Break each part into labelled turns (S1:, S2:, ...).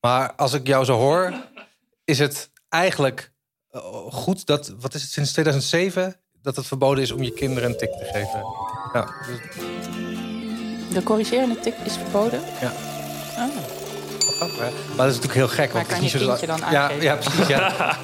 S1: Maar als ik jou zo hoor, is het eigenlijk eh, goed dat, wat is het, sinds 2007 dat het verboden is om je kinderen een tik te geven. Ja, dus,
S2: De corrigerende tik is verboden.
S1: Ja.
S2: Ah.
S1: grappig, hè? Maar dat is natuurlijk heel gek.
S2: Maar
S1: want het
S2: kan
S1: is
S2: je
S1: niet zo-
S2: kindje dan
S1: ja,
S2: aangeven?
S1: ja, precies. Ja.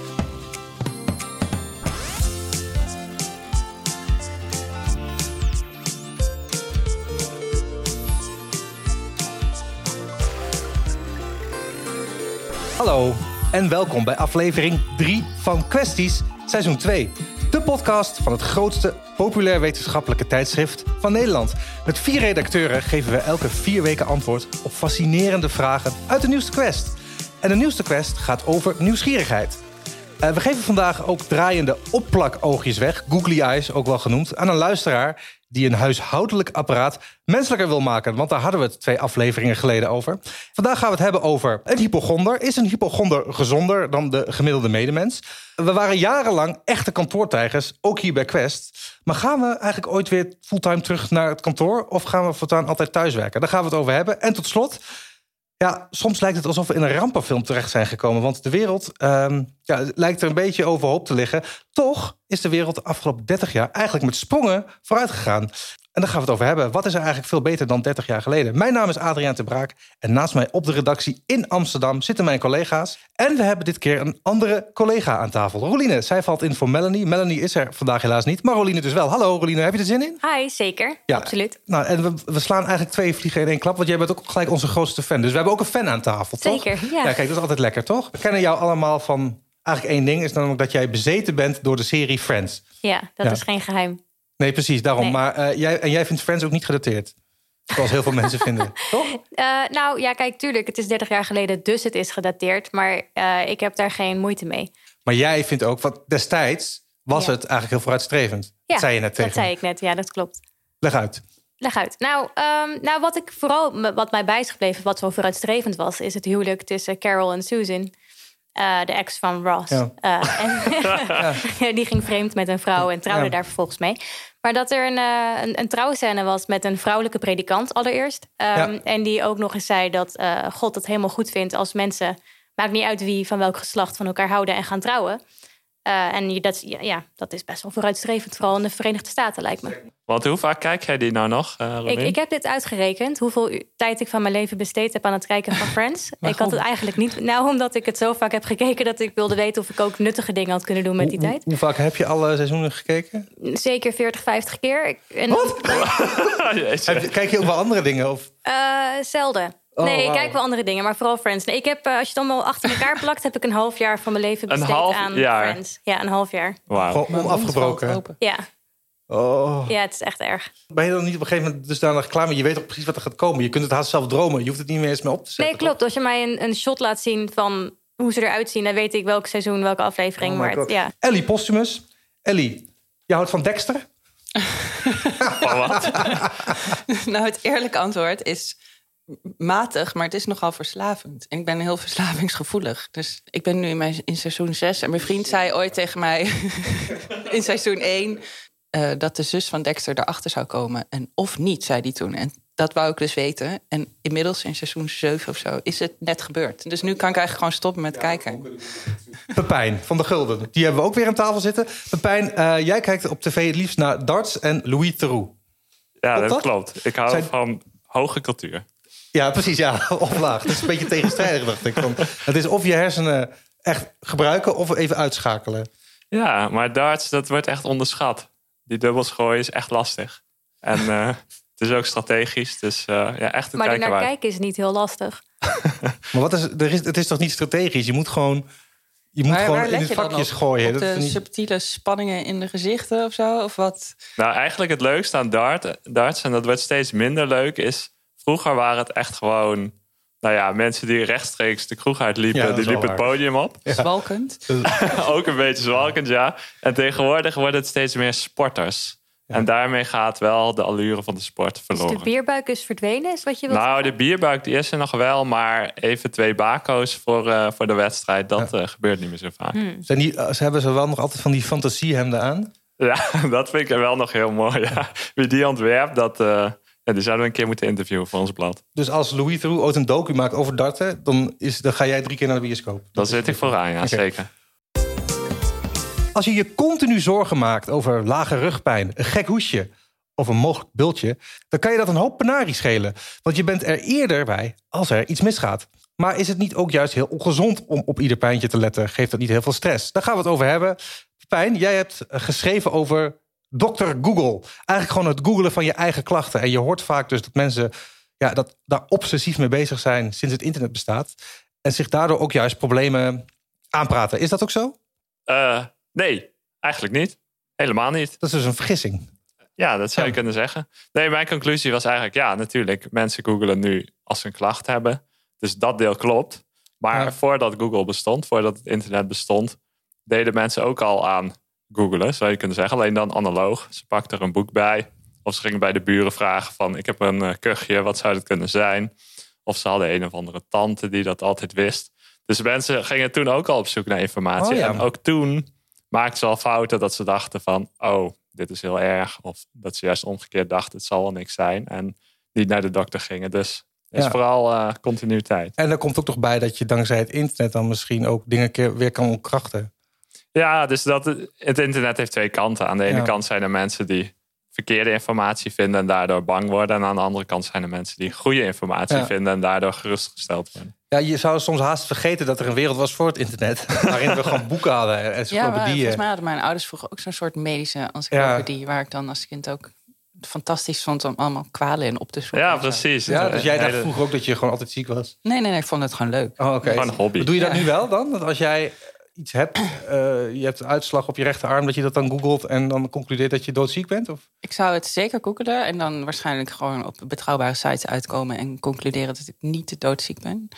S1: Hallo en welkom bij aflevering 3 van Kwesties, seizoen 2. De podcast van het grootste populair wetenschappelijke tijdschrift van Nederland. Met vier redacteuren geven we elke vier weken antwoord op fascinerende vragen uit de nieuwste quest. En de nieuwste quest gaat over nieuwsgierigheid. Eh, we geven vandaag ook draaiende opplakoogjes weg, googly eyes ook wel genoemd, aan een luisteraar die een huishoudelijk apparaat menselijker wil maken. Want daar hadden we het twee afleveringen geleden over. Vandaag gaan we het hebben over een hypochonder. Is een hypochonder gezonder dan de gemiddelde medemens? We waren jarenlang echte kantoortijgers, ook hier bij Quest. Maar gaan we eigenlijk ooit weer fulltime terug naar het kantoor? Of gaan we voortaan altijd thuiswerken? Daar gaan we het over hebben. En tot slot, ja, soms lijkt het alsof we in een rampenfilm terecht zijn gekomen. Want de wereld ehm, ja, lijkt er een beetje overhoop te liggen. Toch is de wereld de afgelopen 30 jaar eigenlijk met sprongen vooruit gegaan. En daar gaan we het over hebben. Wat is er eigenlijk veel beter dan 30 jaar geleden? Mijn naam is Adriaan Te Braak. En naast mij op de redactie in Amsterdam zitten mijn collega's. En we hebben dit keer een andere collega aan tafel. Roline, zij valt in voor Melanie. Melanie is er vandaag helaas niet, maar Roline dus wel. Hallo Roline, heb je er zin in?
S3: Hi, zeker.
S1: Ja.
S3: Absoluut.
S1: Nou, en we, we slaan eigenlijk twee vliegen in één klap. Want jij bent ook gelijk onze grootste fan. Dus we hebben ook een fan aan tafel, toch?
S3: Zeker, ja.
S1: Ja, kijk, dat is altijd lekker, toch? We kennen jou allemaal van... Eigenlijk één ding is namelijk dat jij bezeten bent door de serie Friends.
S3: Ja, dat
S1: Ja.
S3: is geen geheim.
S1: Nee, precies, daarom.
S3: Nee.
S1: Maar eh, jij, en jij vindt Friends ook niet gedateerd. Zoals heel veel mensen vinden, toch?
S3: Eh, nou ja, kijk, tuurlijk, het is 30 jaar geleden, dus het is gedateerd. Maar eh, ik heb daar geen moeite mee.
S1: Maar jij vindt ook, wat destijds was
S3: Ja.
S1: het eigenlijk heel vooruitstrevend.
S3: Ja,
S1: dat zei je net tegen
S3: Dat zei
S1: me.
S3: ik net, ja, dat klopt.
S1: Leg uit.
S3: Leg uit. Nou, ehm, nou wat ik vooral, m- wat mij bij is gebleven, wat zo vooruitstrevend was, is het huwelijk tussen Carol en Susan. eh, de ex van Ross.
S1: Ja.
S3: Eh, en die ging vreemd met een vrouw en trouwde
S1: Ja.
S3: daar vervolgens mee. Maar dat er een, eh, een, een trouwscène was met een vrouwelijke predikant allereerst. Ehm,
S1: Ja.
S3: En die ook nog eens zei dat eh, God het helemaal goed vindt als mensen, maakt niet uit wie, van welk geslacht, van elkaar houden en gaan trouwen. Eh, en je- dat, is- ja, ja, dat is best wel vooruitstrevend, vooral in de Verenigde Staten lijkt me.
S4: Want hoe vaak kijk jij die nou nog? eh,
S3: Ik,
S4: Robin?
S3: ik heb dit uitgerekend, hoeveel u- tijd ik van mijn leven besteed heb aan het kijken van Friends. ik had het eigenlijk niet. Nou, omdat ik het zo vaak heb gekeken dat ik wilde weten of ik ook nuttige dingen had kunnen doen met die
S1: Hoe-
S3: tijd.
S1: Hoe, hoe vaak heb je alle seizoenen gekeken?
S3: Zeker 40, 50 keer. Ik- En,
S4: Oh, Jeetje.
S1: Heb je- Kijk je ook wel andere dingen? Of...
S3: eh, zelden.
S1: Oh,
S3: nee, ik
S1: wauw.
S3: kijk wel andere dingen, maar vooral Friends. Nee, ik heb, eh, als je het allemaal achter elkaar plakt, heb ik een half jaar van mijn leven
S4: Een
S3: besteed
S4: half
S3: aan
S4: jaar.
S3: Friends. Ja, een half jaar.
S4: Wauw.
S1: Gewoon onafgebroken.
S3: Ja.
S1: Oh.
S3: ja, het is echt erg.
S1: Ben je dan niet op een gegeven moment dusdanig klaar mee? Je weet toch precies wat er gaat komen. Je kunt het haast zelf dromen. Je hoeft het niet meer eens meer op te zetten.
S3: Nee, klopt. Als je mij een, een shot laat zien van hoe ze eruit zien, dan weet ik welk seizoen, welke aflevering.
S1: Oh my
S3: maar het-
S1: God.
S3: ja.
S1: Ellie Postumus. Ellie, je houdt van Dexter?
S4: Oh, wat?
S5: Nou, het eerlijke antwoord is matig, maar het is nogal verslavend. En ik ben heel verslavingsgevoelig. Dus ik ben nu in, mijn, in seizoen 6. En mijn vriend zei ooit tegen mij in seizoen 1 dat de zus van Dexter erachter zou komen. En of niet, zei hij toen. En dat wou ik dus weten. En inmiddels in seizoen 7 of zo is het net gebeurd. Dus nu kan ik eigenlijk gewoon stoppen met kijken.
S1: Pepijn van de Gulden. Die hebben we ook weer aan tafel zitten. Pepijn, eh, jij kijkt op tv het liefst naar darts en Louis Theroux.
S4: Ja,
S1: Klopt
S4: dat
S1: dat?
S4: klopt. Ik hou
S1: Zijn-
S4: van hoge cultuur.
S1: Ja, precies. Ja, of laag. Dat is een beetje tegenstrijdig, dacht ik. Want het is of je hersenen echt gebruiken of even uitschakelen.
S4: Ja, maar darts, dat wordt echt onderschat. Die dubbels gooien is echt lastig. En eh, het is ook strategisch. Dus eh, ja, echt een
S3: Maar er
S4: kijker
S3: naar
S4: waard.
S3: kijken is niet heel lastig.
S1: Maar wat is, er is, het is toch niet strategisch? Je moet gewoon, je moet
S5: Maar
S1: gewoon
S5: waar
S1: in
S5: let
S1: het
S5: je dan op?
S1: vakjes gooien.
S5: Op
S1: Dat
S5: de
S1: is niet-
S5: subtiele spanningen in de gezichten of zo? Of wat?
S4: Nou, eigenlijk het leukste aan dart, darts, en dat wordt steeds minder leuk, is vroeger waren het echt gewoon, nou ja, mensen die rechtstreeks de kroeg
S1: Ja,
S4: uitliepen,
S1: dat is
S4: die
S1: wel
S4: liepen het
S1: waar.
S4: podium op.
S5: Zwalkend?
S4: ook een beetje zwalkend, ja. En tegenwoordig wordt het steeds meer sporters. En daarmee gaat wel de allure van de sport
S3: Dus de
S4: verloren.
S3: bierbuik is verdwenen, is wat je wilt
S4: nou,
S3: zeggen?
S4: de bierbuik die is er nog wel, maar even twee bako's voor, eh, voor de wedstrijd, dat eh, gebeurt niet meer zo vaak.
S3: Hmm.
S1: Zijn die, ze hebben ze wel nog altijd van die fantasiehemden aan.
S4: Ja, dat vind ik wel nog heel mooi. Ja. Wie die ontwerpt, dat, eh, Ja, die zouden we een keer moeten interviewen voor ons blad.
S1: Dus als Louis Theroux ooit een docu maakt over darten... dan, is, dan ga jij drie keer naar de bioscoop.
S4: Dan zit ik vooraan, ja,
S1: Oké.
S4: zeker.
S1: Als je je continu zorgen maakt over lage rugpijn, een gek hoesje of een mogelijk bultje, dan kan je dat een hoop penarie schelen. Want je bent er eerder bij als er iets misgaat. Maar is het niet ook juist heel ongezond om op ieder pijntje te letten? Geeft dat niet heel veel stress? Daar gaan we het over hebben. Pijn, jij hebt eh, geschreven over dokter Google. Eigenlijk gewoon het googelen van je eigen klachten. En je hoort vaak dus dat mensen ja, dat, daar obsessief mee bezig zijn sinds het internet bestaat. En zich daardoor ook juist problemen aanpraten. Is dat ook zo?
S4: Eh, nee, eigenlijk niet. Helemaal niet.
S1: Dat is dus een vergissing.
S4: Ja, dat zou je
S1: Ja.
S4: kunnen zeggen. Nee, mijn conclusie was eigenlijk, ja, natuurlijk. Mensen googelen nu als ze een klacht hebben. Dus dat deel klopt. Maar
S1: Ja.
S4: voordat Google bestond, voordat het internet bestond, deden mensen ook al aan googelen, zou je kunnen zeggen. Alleen dan analoog. Ze pakten er een boek bij. Of ze gingen bij de buren vragen van, ik heb een eh, kuchje, wat zou dat kunnen zijn? Of ze hadden een of andere tante die dat altijd wist. Dus mensen gingen toen ook al op zoek naar informatie.
S1: Oh ja.
S4: En ook toen maakten ze al fouten dat ze dachten van... oh, dit is heel erg. Of dat ze juist omgekeerd dachten, het zal wel niks zijn. En niet naar de dokter gingen. Dus het
S1: Ja.
S4: is vooral eh, continuïteit.
S1: En daar komt ook nog bij dat je dankzij het internet dan misschien ook dingen keer weer kan ontkrachten.
S4: Ja, dus dat, het internet heeft twee kanten. Aan de ene
S1: Ja.
S4: kant zijn er mensen die verkeerde informatie vinden... en daardoor bang worden. En aan de andere kant zijn er mensen die goede informatie
S1: Ja.
S4: vinden... en daardoor gerustgesteld worden.
S1: Ja, je zou soms haast vergeten dat er een wereld was voor het internet. Waarin we gewoon boeken hadden en
S5: Ja, maar
S1: encyclopedieën.
S5: volgens
S4: eh,
S5: mij hadden mijn ouders vroeger ook zo'n soort medische encyclopedie... waar ik dan als kind ook fantastisch vond om allemaal kwalen in op te zoeken.
S4: Ja,
S5: en zo.
S4: precies.
S1: ja, dus jij dacht
S4: Hele-
S1: vroeger ook dat je gewoon altijd ziek was.
S5: Nee, nee, nee, ik vond het gewoon leuk.
S1: Oh, oké.
S4: Gewoon een hobby.
S1: Doe je dat
S5: Ja.
S1: nu wel dan? Dat als jij iets hebt, eh, je hebt een uitslag op je rechterarm, dat je dat dan googelt en dan concludeert dat je doodziek bent? Of?
S5: Ik zou het zeker googelen en dan waarschijnlijk gewoon op betrouwbare sites uitkomen... en concluderen dat ik niet doodziek ben.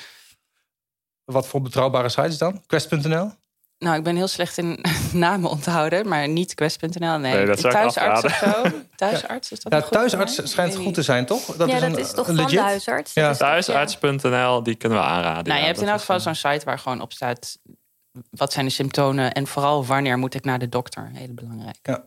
S1: Wat voor betrouwbare sites dan? Quest.nl?
S5: Nou, ik ben heel slecht in namen onthouden, maar niet quest.nl. Nee,
S4: Nee, dat zou ik
S5: thuisarts of zo. Thuisarts is dat
S1: Ja,
S5: een goed
S1: thuisarts
S5: term?
S1: schijnt
S5: Nee.
S1: goed te zijn, toch? Dat
S3: ja,
S1: is
S3: dat
S1: een,
S3: is toch
S1: een
S3: van
S1: eh, legit?
S3: de huisarts?
S1: Ja.
S3: Dat is toch-
S4: Thuisarts.nl, die kunnen we aanraden.
S5: Nou,
S4: ja,
S5: je hebt in
S4: dat
S5: elk geval
S4: is,
S5: zo'n site waar gewoon op staat... wat zijn de symptomen en vooral wanneer moet ik naar de dokter. Heel belangrijk.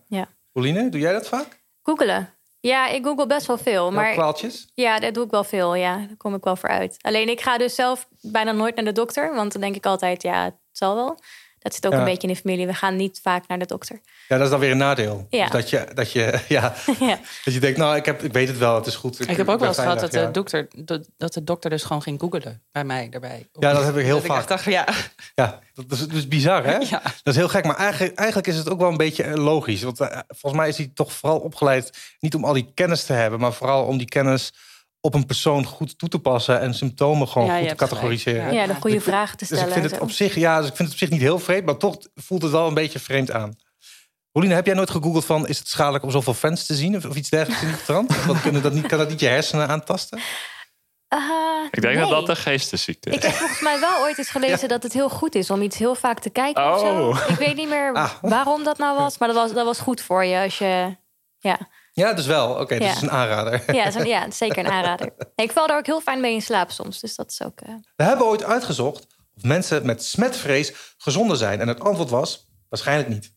S1: Pauline, doe jij dat vaak?
S3: Googelen. Ja, ik google best wel veel.
S1: Maar...
S3: Maar
S1: Kwaaltjes?
S3: Ja, dat doe ik wel veel. Ja, daar kom ik wel voor uit. Alleen ik ga dus zelf bijna nooit naar de dokter. Want dan denk ik altijd, ja, het zal wel. Dat zit ook
S1: Ja.
S3: een beetje in de familie. We gaan niet vaak naar de dokter.
S1: Ja, dat is dan weer een nadeel.
S3: Ja.
S1: Dus dat je, dat je, ja,
S3: ja.
S1: Dat je denkt, nou, ik, heb, ik weet het wel, het is goed.
S5: Ik heb ook wel
S1: ben
S5: eens gehad dat eh,
S1: veilig,
S5: de,
S1: ja.
S5: dokter, dat- dat de dokter dus gewoon ging googelen bij mij daarbij.
S1: Ja, dat heb ik heel
S5: Dat
S1: vaak.
S5: echt dacht, oh ja,
S1: Ja, dat is, dat is bizar, hè?
S5: ja.
S1: Dat is heel gek, maar eigenlijk, eigenlijk is het ook wel een beetje eh, logisch. Want eh, volgens mij is hij toch vooral opgeleid niet om al die kennis te hebben... maar vooral om die kennis op een persoon goed toe te passen... en symptomen gewoon
S5: Ja, je
S1: goed te
S5: hebt gelijk.
S1: categoriseren.
S5: Ja.
S3: ja, de goede
S1: Dus-
S3: vragen
S1: Dus
S3: te stellen.
S1: ik, vind
S3: en
S1: het
S3: zo.
S1: op zich, ja, dus ik vind het op zich niet heel vreemd... maar toch voelt het wel een beetje vreemd aan. Rolien, heb jij nooit gegoogeld van... is het schadelijk om zoveel fans te zien of, of iets dergelijks in die trant? Want kunnen dat niet, kan dat niet je hersenen aantasten?
S3: Ah,
S4: Ik denk
S3: nee.
S4: dat dat een geestesziekte is.
S3: Ik heb volgens mij wel ooit eens gelezen dat het heel goed is om iets heel vaak te kijken. of zo.
S4: Oh.
S3: Ik weet niet meer
S1: Ah.
S3: waarom dat nou was, maar dat was, dat was goed voor je als je. Ja,
S1: Ja, dus wel. Oké,
S3: Ja.
S1: dat is een aanrader.
S3: ja, zo- ja zeker een aanrader. Nee, ik val daar ook heel fijn mee in slaap soms, dus dat is ook. eh,
S1: We hebben ooit uitgezocht of mensen met smetvrees gezonder zijn. En het antwoord was waarschijnlijk niet.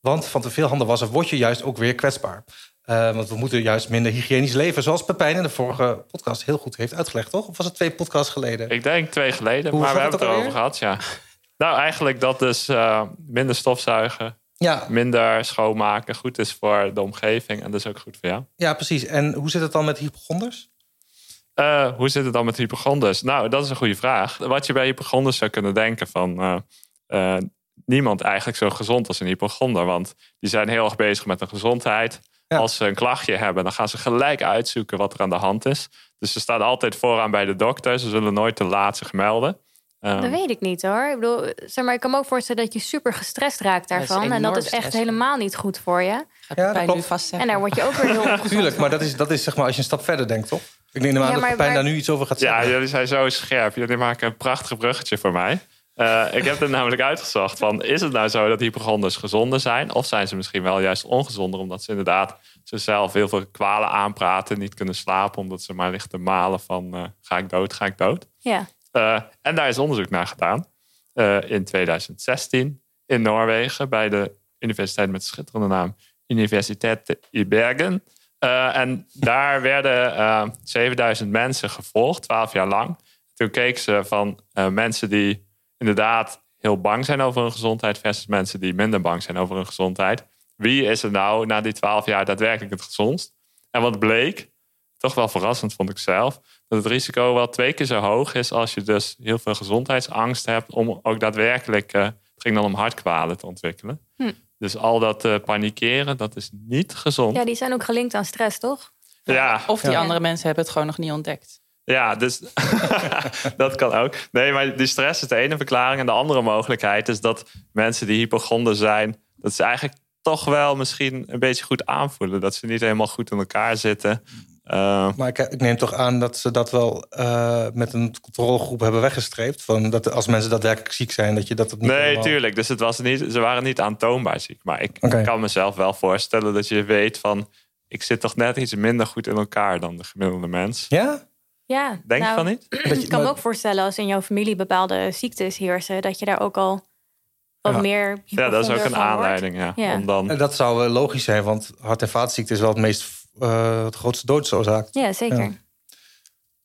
S1: Want van te veel handen wassen word je juist ook weer kwetsbaar. Eh, want we moeten juist minder hygiënisch leven. Zoals Pepijn in de vorige podcast heel goed heeft uitgelegd, toch? Of was het twee podcasts geleden?
S4: Ik denk twee geleden,
S1: Hoe
S4: maar we
S1: zat het
S4: hebben het erover
S1: ook
S4: gehad, ja. Nou, eigenlijk dat dus eh, minder stofzuigen,
S1: Ja,
S4: minder schoonmaken goed is voor de omgeving en dus ook goed voor jou.
S1: ja, precies. En hoe zit het dan met hypochonders?
S4: Eh, hoe zit het dan met hypochonders? Nou, dat is een goede vraag. Wat je bij hypochonders zou kunnen denken van... eh, eh, niemand eigenlijk zo gezond als een hypochonder. Want die zijn heel erg bezig met hun gezondheid.
S1: Ja.
S4: Als ze een klachtje hebben, dan gaan ze gelijk uitzoeken wat er aan de hand is. Dus ze staan altijd vooraan bij de dokter. Ze zullen nooit te laat zich melden. Ehm,
S3: Dat weet ik niet hoor. Ik bedoel, zeg maar, ik kan me ook voorstellen dat je super gestrest raakt
S5: Dat is
S3: daarvan. en dat
S5: enorm
S3: is echt
S5: stressvol.
S3: helemaal niet goed voor je.
S5: Gaat
S1: Ja, dat
S5: Pepijn nu
S1: klopt.
S5: vastzetten.
S3: En daar word je ook weer heel ongezond
S1: Tuurlijk,
S3: van.
S1: maar dat is, dat is zeg maar als je een stap verder denkt, toch? Ik denk normaal
S3: Ja,
S1: dat
S3: maar
S1: Pepijn
S3: waar-
S1: daar nu iets over gaat
S4: Ja,
S1: zeggen.
S4: jullie zijn zo scherp. Jullie maken een prachtig bruggetje voor mij. Eh, ik heb het namelijk uitgezocht van... is het nou zo dat hypochonders gezonder zijn? Of zijn ze misschien wel juist ongezonder... omdat ze inderdaad zichzelf heel veel kwalen aanpraten... niet kunnen slapen omdat ze maar licht te malen van... eh, ga ik dood, ga ik dood?
S3: Ja.
S4: Eh, en daar is onderzoek naar gedaan eh, in 2016 in Noorwegen bij de universiteit met de schitterende naam Universiteit i Bergen. Eh, en daar werden eh, 7000 mensen gevolgd, 12 jaar lang. Toen keken ze van eh, mensen die inderdaad heel bang zijn over hun gezondheid... versus mensen die minder bang zijn over hun gezondheid. Wie is er nou na die 12 jaar daadwerkelijk het gezondst? En wat bleek, toch wel verrassend vond ik zelf... dat het risico wel twee keer zo hoog is als je dus heel veel gezondheidsangst hebt... om ook daadwerkelijk, eh, het ging dan om hartkwalen te ontwikkelen...
S3: Hm.
S4: Dus al dat eh, panikeren, dat is niet gezond.
S3: Ja, Oh. die zijn ook gelinkt aan stress, toch?
S4: Ja,
S5: Of die
S1: Ja.
S5: andere mensen hebben het gewoon nog niet ontdekt.
S4: ja dus dat kan ook. Nee, maar die stress is de ene verklaring. En de andere mogelijkheid is dat mensen die hypochonder zijn... dat ze eigenlijk toch wel misschien een beetje goed aanvoelen. Dat ze niet helemaal goed in elkaar zitten. Eh,
S1: Maar ik, ik neem toch aan dat ze dat wel eh, met een controlegroep hebben weggestreept. Van dat als mensen daadwerkelijk ziek zijn, dat je dat niet
S4: nee,
S1: helemaal-
S4: tuurlijk. Dus het was niet, ze waren niet aantoonbaar ziek. Maar ik
S1: Oké.
S4: kan mezelf wel voorstellen dat je weet van... ik zit toch net iets minder goed in elkaar dan de gemiddelde mens.
S1: Ja?
S3: Ja.
S4: Denk je
S3: nou,
S4: van niet?
S1: Dat je-
S3: Ik kan me
S1: maar-
S3: ook voorstellen als in jouw familie bepaalde ziektes heersen, dat je daar ook al wat
S1: Ja.
S3: meer.
S4: Ja, dat is ook
S3: hypochonder van
S4: een
S3: wordt.
S4: aanleiding. Ja,
S3: Ja.
S4: Om dan
S1: En dat zou eh, logisch zijn, want hart- en vaatziekte is wel het meest eh, het grootste doodsoorzaak.
S3: Ja, zeker.
S1: Ja.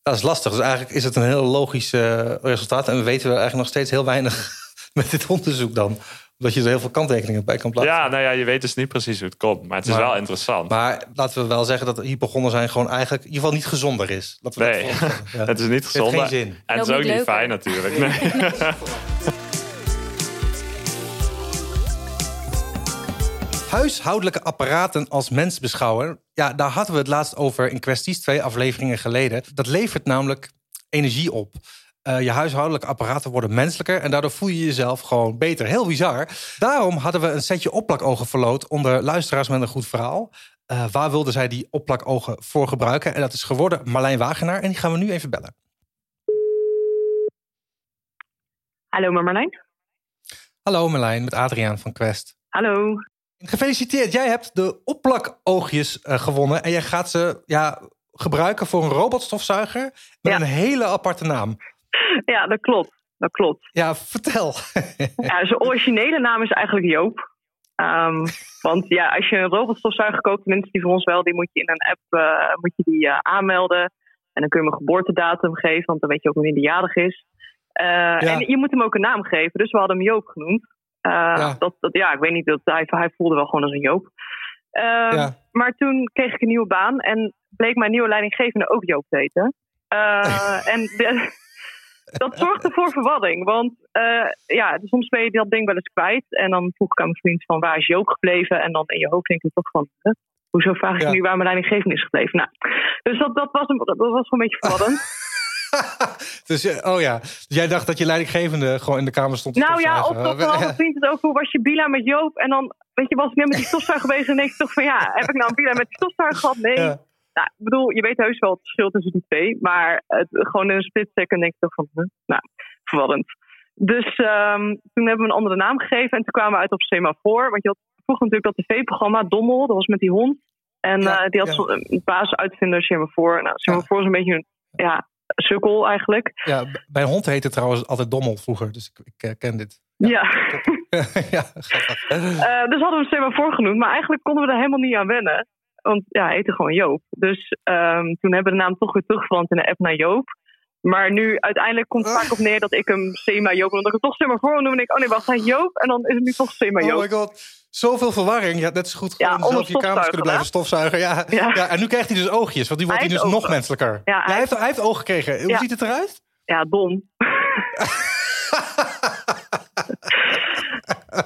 S1: Dat is lastig. Dus eigenlijk is het een heel logisch eh, resultaat. En we weten we eigenlijk nog steeds heel weinig met dit onderzoek dan. Omdat je er heel veel kanttekeningen bij kan plaatsen.
S4: Ja, nou ja, je weet dus niet precies hoe het komt. Maar het is
S1: Maar-
S4: wel interessant.
S1: Maar laten we wel zeggen dat hypochonder zijn gewoon eigenlijk in ieder geval niet gezonder is. Laten we dat
S4: nee,
S1: vooropstellen. Ja.
S4: het is niet
S1: heeft
S4: gezond.
S1: geen zin.
S4: En
S3: Ook
S4: het is ook
S3: niet
S4: niet
S3: leuk,
S4: fijn
S3: hè?
S4: natuurlijk. Nee.
S1: Huishoudelijke apparaten als mens beschouwen. Ja, daar hadden we het laatst over in kwesties twee afleveringen geleden. Dat levert namelijk energie op. Eh, je huishoudelijke apparaten worden menselijker en daardoor voel je jezelf gewoon beter. Heel bizar. Daarom hadden we een setje opplakogen verloot onder luisteraars met een goed verhaal. Eh, waar wilden zij die opplakogen voor gebruiken? En dat is geworden Marlijn Wagenaar en die gaan we nu even bellen.
S6: Hallo met Marlijn.
S1: Hallo Marlijn, met Adriaan van Quest.
S6: Hallo.
S1: Gefeliciteerd, jij hebt de opplakoogjes eh, gewonnen. En jij gaat ze ja, gebruiken voor een robotstofzuiger met
S6: Ja.
S1: een hele aparte naam.
S6: Ja, dat klopt. Dat klopt.
S1: Ja, vertel.
S6: Ja, zijn originele naam is eigenlijk Joop. Ehm, want ja, als je een robotstofzuiger koopt, tenminste die van ons wel, die moet je in een app eh, moet je die, eh, aanmelden. En dan kun je hem een geboortedatum geven, want dan weet je ook wanneer die jarig is. Eh, En je moet hem ook een naam geven, dus we hadden hem Joop genoemd. Eh,
S1: Ja.
S6: Dat, dat, ja, ik weet niet, dat, hij, hij voelde wel gewoon als een Joop. Ehm,
S1: ja.
S6: Maar toen kreeg ik een nieuwe baan en bleek mijn nieuwe leidinggevende ook Joop te heten. Eh, en de- dat zorgde voor verwarring, want eh, ja, soms ben je dat ding wel eens kwijt. En dan vroeg ik aan mijn vriend van waar is Joop gebleven? En dan in je hoofd denk je toch van, hè, hoezo vraag ik
S1: Ja.
S6: nu waar mijn leidinggevende is gebleven? Nou, dus dat, dat, was, een, dat was wel een beetje verwarrend.
S1: dus, eh, oh ja, Dus jij dacht dat je leidinggevende gewoon in de kamer stond. te
S6: nou ja, of
S1: stofzuigen.
S6: dat van mijn vriend het ook, hoe was je bila met Joop? En dan, weet je, was ik net met die stofzuiger bezig en denk ik toch van ja, heb ik nou een bila met die stofzuiger gehad? Nee.
S1: Ja.
S6: Nou, ik bedoel, je weet heus wel het verschil tussen die twee. Maar het, gewoon in een split second denk ik toch van, huh? nou, verwarrend. Dus ehm, toen hebben we een andere naam gegeven. En toen kwamen we uit op Semafor. Want je had vroeger natuurlijk dat tv-programma Dommel. Dat was met die hond. En
S1: Ja,
S6: eh, die had
S1: ja.
S6: zo- een baasuitvinder Semafor. Nou, Semafor is een beetje een ja, sukkel eigenlijk.
S1: Ja, b- mijn hond heette trouwens altijd Dommel vroeger, dus ik, ik eh, ken dit. Ja.
S6: Ja.
S1: ja, grappig.
S6: Eh, dus hadden we hem Semafor genoemd. Maar eigenlijk konden we er helemaal niet aan wennen. Want ja, hij heette gewoon Joop. Dus ehm, toen hebben we de naam toch weer terugveranderd in de app naar Joop. Maar nu uiteindelijk komt het vaak op neer dat ik hem Sema Joop noem. Omdat ik hem toch Semafor noem. En ik, oh nee, wacht, hij heet Joop. En dan is het nu toch Sema
S1: Oh
S6: Joop.
S1: my god, zoveel verwarring. Je had net zo goed
S6: Ja,
S1: gewoon zelf
S6: onder
S1: je kamers kunnen
S6: stofzuigen,
S1: blijven stofzuigen. Ja. Ja.
S6: Ja.
S1: en nu krijgt hij dus oogjes, want die wordt
S6: Hij
S1: hij dus
S6: heeft
S1: nog
S6: ogen.
S1: menselijker.
S6: Ja,
S1: Ja,
S6: hij
S1: hij, heeft, hij heeft ogen gekregen. Hoe
S6: Ja.
S1: ziet het eruit?
S6: Ja, dom.
S1: Oh,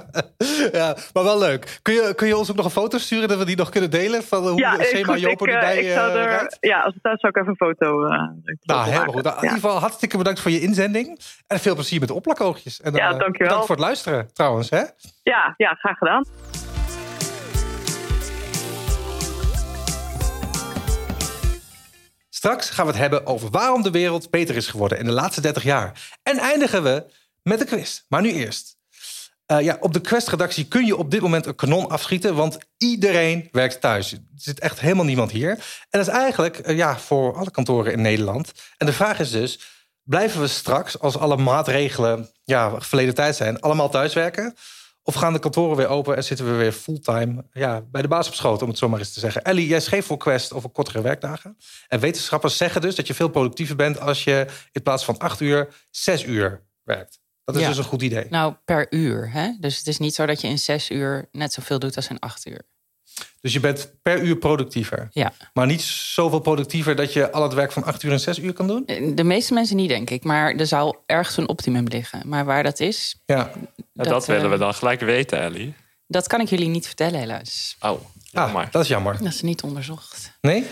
S1: ja, maar wel leuk. Kun je, kun je ons ook nog een foto sturen dat we die nog kunnen delen? Van hoe
S6: Ja,
S1: de
S6: is
S1: Sema
S6: goed.
S1: Joop
S6: ik, eh,
S1: erbij
S6: ik zou
S1: eh,
S6: er-
S1: rijdt?
S6: Ja, als het thuis zou ik even een foto. eh, foto
S1: Nou, helemaal
S6: maken.
S1: goed. Nou, in
S6: Ja.
S1: ieder geval hartstikke bedankt voor je inzending. En veel plezier met de opplakoogjes. En,
S6: Ja,
S1: eh,
S6: dankjewel.
S1: Bedankt voor het luisteren trouwens. Hè?
S6: Ja, ja, graag gedaan.
S1: Straks gaan we het hebben over waarom de wereld beter is geworden in de laatste 30 jaar. En eindigen we met een quiz. Maar nu eerst. Eh, ja, op de Quest-redactie kun je op dit moment een kanon afschieten, want iedereen werkt thuis. Er zit echt helemaal niemand hier. En dat is eigenlijk eh, ja, voor alle kantoren in Nederland. En de vraag is dus, blijven we straks, als alle maatregelen ja, verleden tijd zijn, allemaal thuiswerken? Of gaan de kantoren weer open en zitten we weer fulltime ja, bij de baas op schoot, om het zo maar eens te zeggen. Ellie, jij schreef voor Quest over kortere werkdagen. En wetenschappers zeggen dus dat je veel productiever bent als je in plaats van acht uur, zes uur werkt. Dat is
S5: Ja.
S1: dus een goed idee.
S5: Nou, per uur. Hè? Dus het is niet zo dat je in zes uur net zoveel doet als in acht uur.
S1: Dus je bent per uur productiever.
S5: Ja.
S1: Maar niet zoveel productiever dat je al het werk van acht uur en zes uur kan doen.
S5: Eh, De meeste mensen niet, denk ik. Maar er zou ergens een optimum liggen. Maar waar dat is,
S1: Ja.
S4: Ja,
S5: dat,
S4: dat willen
S5: eh,
S4: we dan gelijk weten, Ellie.
S5: dat kan ik jullie niet vertellen, helaas.
S4: Oh,
S1: Ah,
S4: maar.
S1: dat is jammer.
S5: Dat is niet onderzocht.
S1: Nee?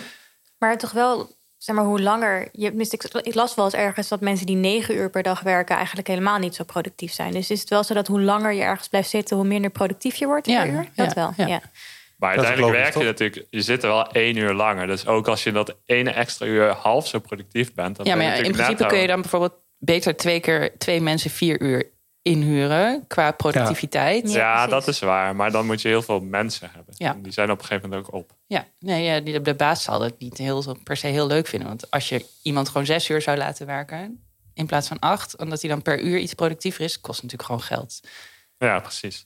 S3: Maar toch wel, zeg maar, hoe langer... Je, tenminste, ik, ik las wel eens ergens dat mensen die negen uur per dag werken... eigenlijk helemaal niet zo productief zijn. Dus is het wel zo dat hoe langer je ergens blijft zitten... hoe minder productief je wordt
S5: Ja,
S3: per uur? Dat
S5: ja,
S3: wel,
S5: ja.
S3: ja.
S4: Maar
S1: Dat is
S4: uiteindelijk
S1: logisch,
S4: werk je
S1: toch?
S4: natuurlijk, je zit er wel één uur langer. Dus ook als je dat ene extra uur half zo productief bent, dan
S5: Ja,
S4: ben
S5: maar
S4: je
S5: ja, in
S4: natuurlijk
S5: principe
S4: netto-
S5: kun je dan bijvoorbeeld beter twee keer twee mensen vier uur inhuren qua productiviteit. Ja,
S3: Ja,
S4: Ja,
S3: precies.
S4: dat is waar. Maar dan moet je heel veel mensen hebben.
S5: Ja.
S4: En Die zijn op een gegeven moment ook op.
S5: nee, ja, die- de baas zal dat niet heel, per se heel leuk vinden. Want als je iemand gewoon zes uur zou laten werken in plaats van acht, omdat hij dan per uur iets productiever is, kost natuurlijk gewoon geld.
S4: Ja, precies.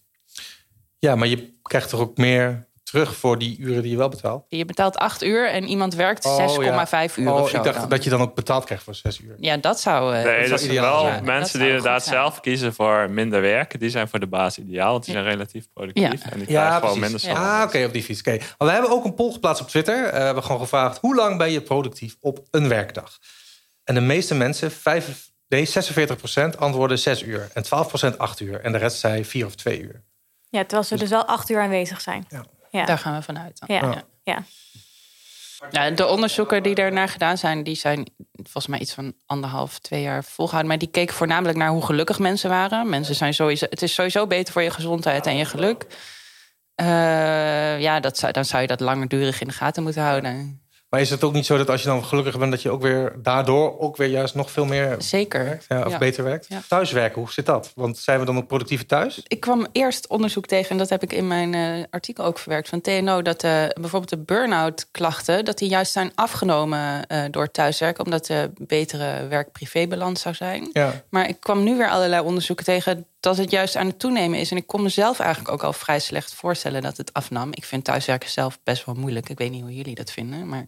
S1: Ja, maar je krijgt toch ook meer terug voor die uren die je wel betaalt?
S5: Je betaalt acht uur en iemand werkt 6,5 uur
S1: Oh,
S5: of zo.
S1: ik dacht
S5: dan.
S1: dat je dan ook betaald krijgt voor zes uur.
S5: Ja, dat zou. eh,
S4: Nee,
S1: zou
S4: dat zijn
S1: ideaal
S4: wel
S1: zijn. Dat
S4: mensen
S5: zou
S4: die
S5: goed
S4: inderdaad
S5: zijn.
S4: zelf kiezen voor minder werken. Die zijn voor de baas ideaal, want die zijn relatief productief.
S5: Ja.
S4: En die krijgen gewoon minder salaris.
S1: Ah, oké, op die fiets. Oké. Maar we hebben ook een poll geplaatst op Twitter. Eh, we hebben gewoon gevraagd, hoe lang ben je productief op een werkdag? En de meeste mensen, vijf, nee, 46 antwoorden zes uur. En 12 acht uur. En de rest zei vier of twee uur.
S3: Ja, terwijl ze dus wel acht uur aanwezig zijn.
S1: Ja.
S3: Ja.
S5: Daar gaan we vanuit. Dan.
S3: Ja.
S1: Ja.
S3: Ja.
S5: Nou, de onderzoeken die daarnaar gedaan zijn, die zijn volgens mij iets van anderhalf, twee jaar volgehouden. Maar die keken voornamelijk naar hoe gelukkig mensen waren. Mensen zijn sowieso, het is sowieso beter voor je gezondheid en je geluk. Eh, ja, dat zou, dan zou je dat langdurig in de gaten moeten houden.
S1: Maar is het ook niet zo dat als je dan gelukkig bent... dat je ook weer daardoor ook weer juist nog veel meer
S5: Zeker.
S1: werkt? Ja, of
S5: Ja.
S1: beter werkt?
S5: Ja.
S1: Thuiswerken, hoe zit dat? Want zijn we dan ook productiever thuis?
S5: Ik kwam eerst onderzoek tegen, en dat heb ik in mijn eh, artikel ook verwerkt van TNO, dat eh, bijvoorbeeld de burn-out klachten, dat die juist zijn afgenomen eh, door thuiswerken, omdat de betere werk-privé-balans zou zijn.
S1: Ja.
S5: Maar ik kwam nu weer allerlei onderzoeken tegen dat het juist aan het toenemen is. En ik kon mezelf eigenlijk ook al vrij slecht voorstellen dat het afnam. Ik vind thuiswerken zelf best wel moeilijk. Ik weet niet hoe jullie dat vinden, maar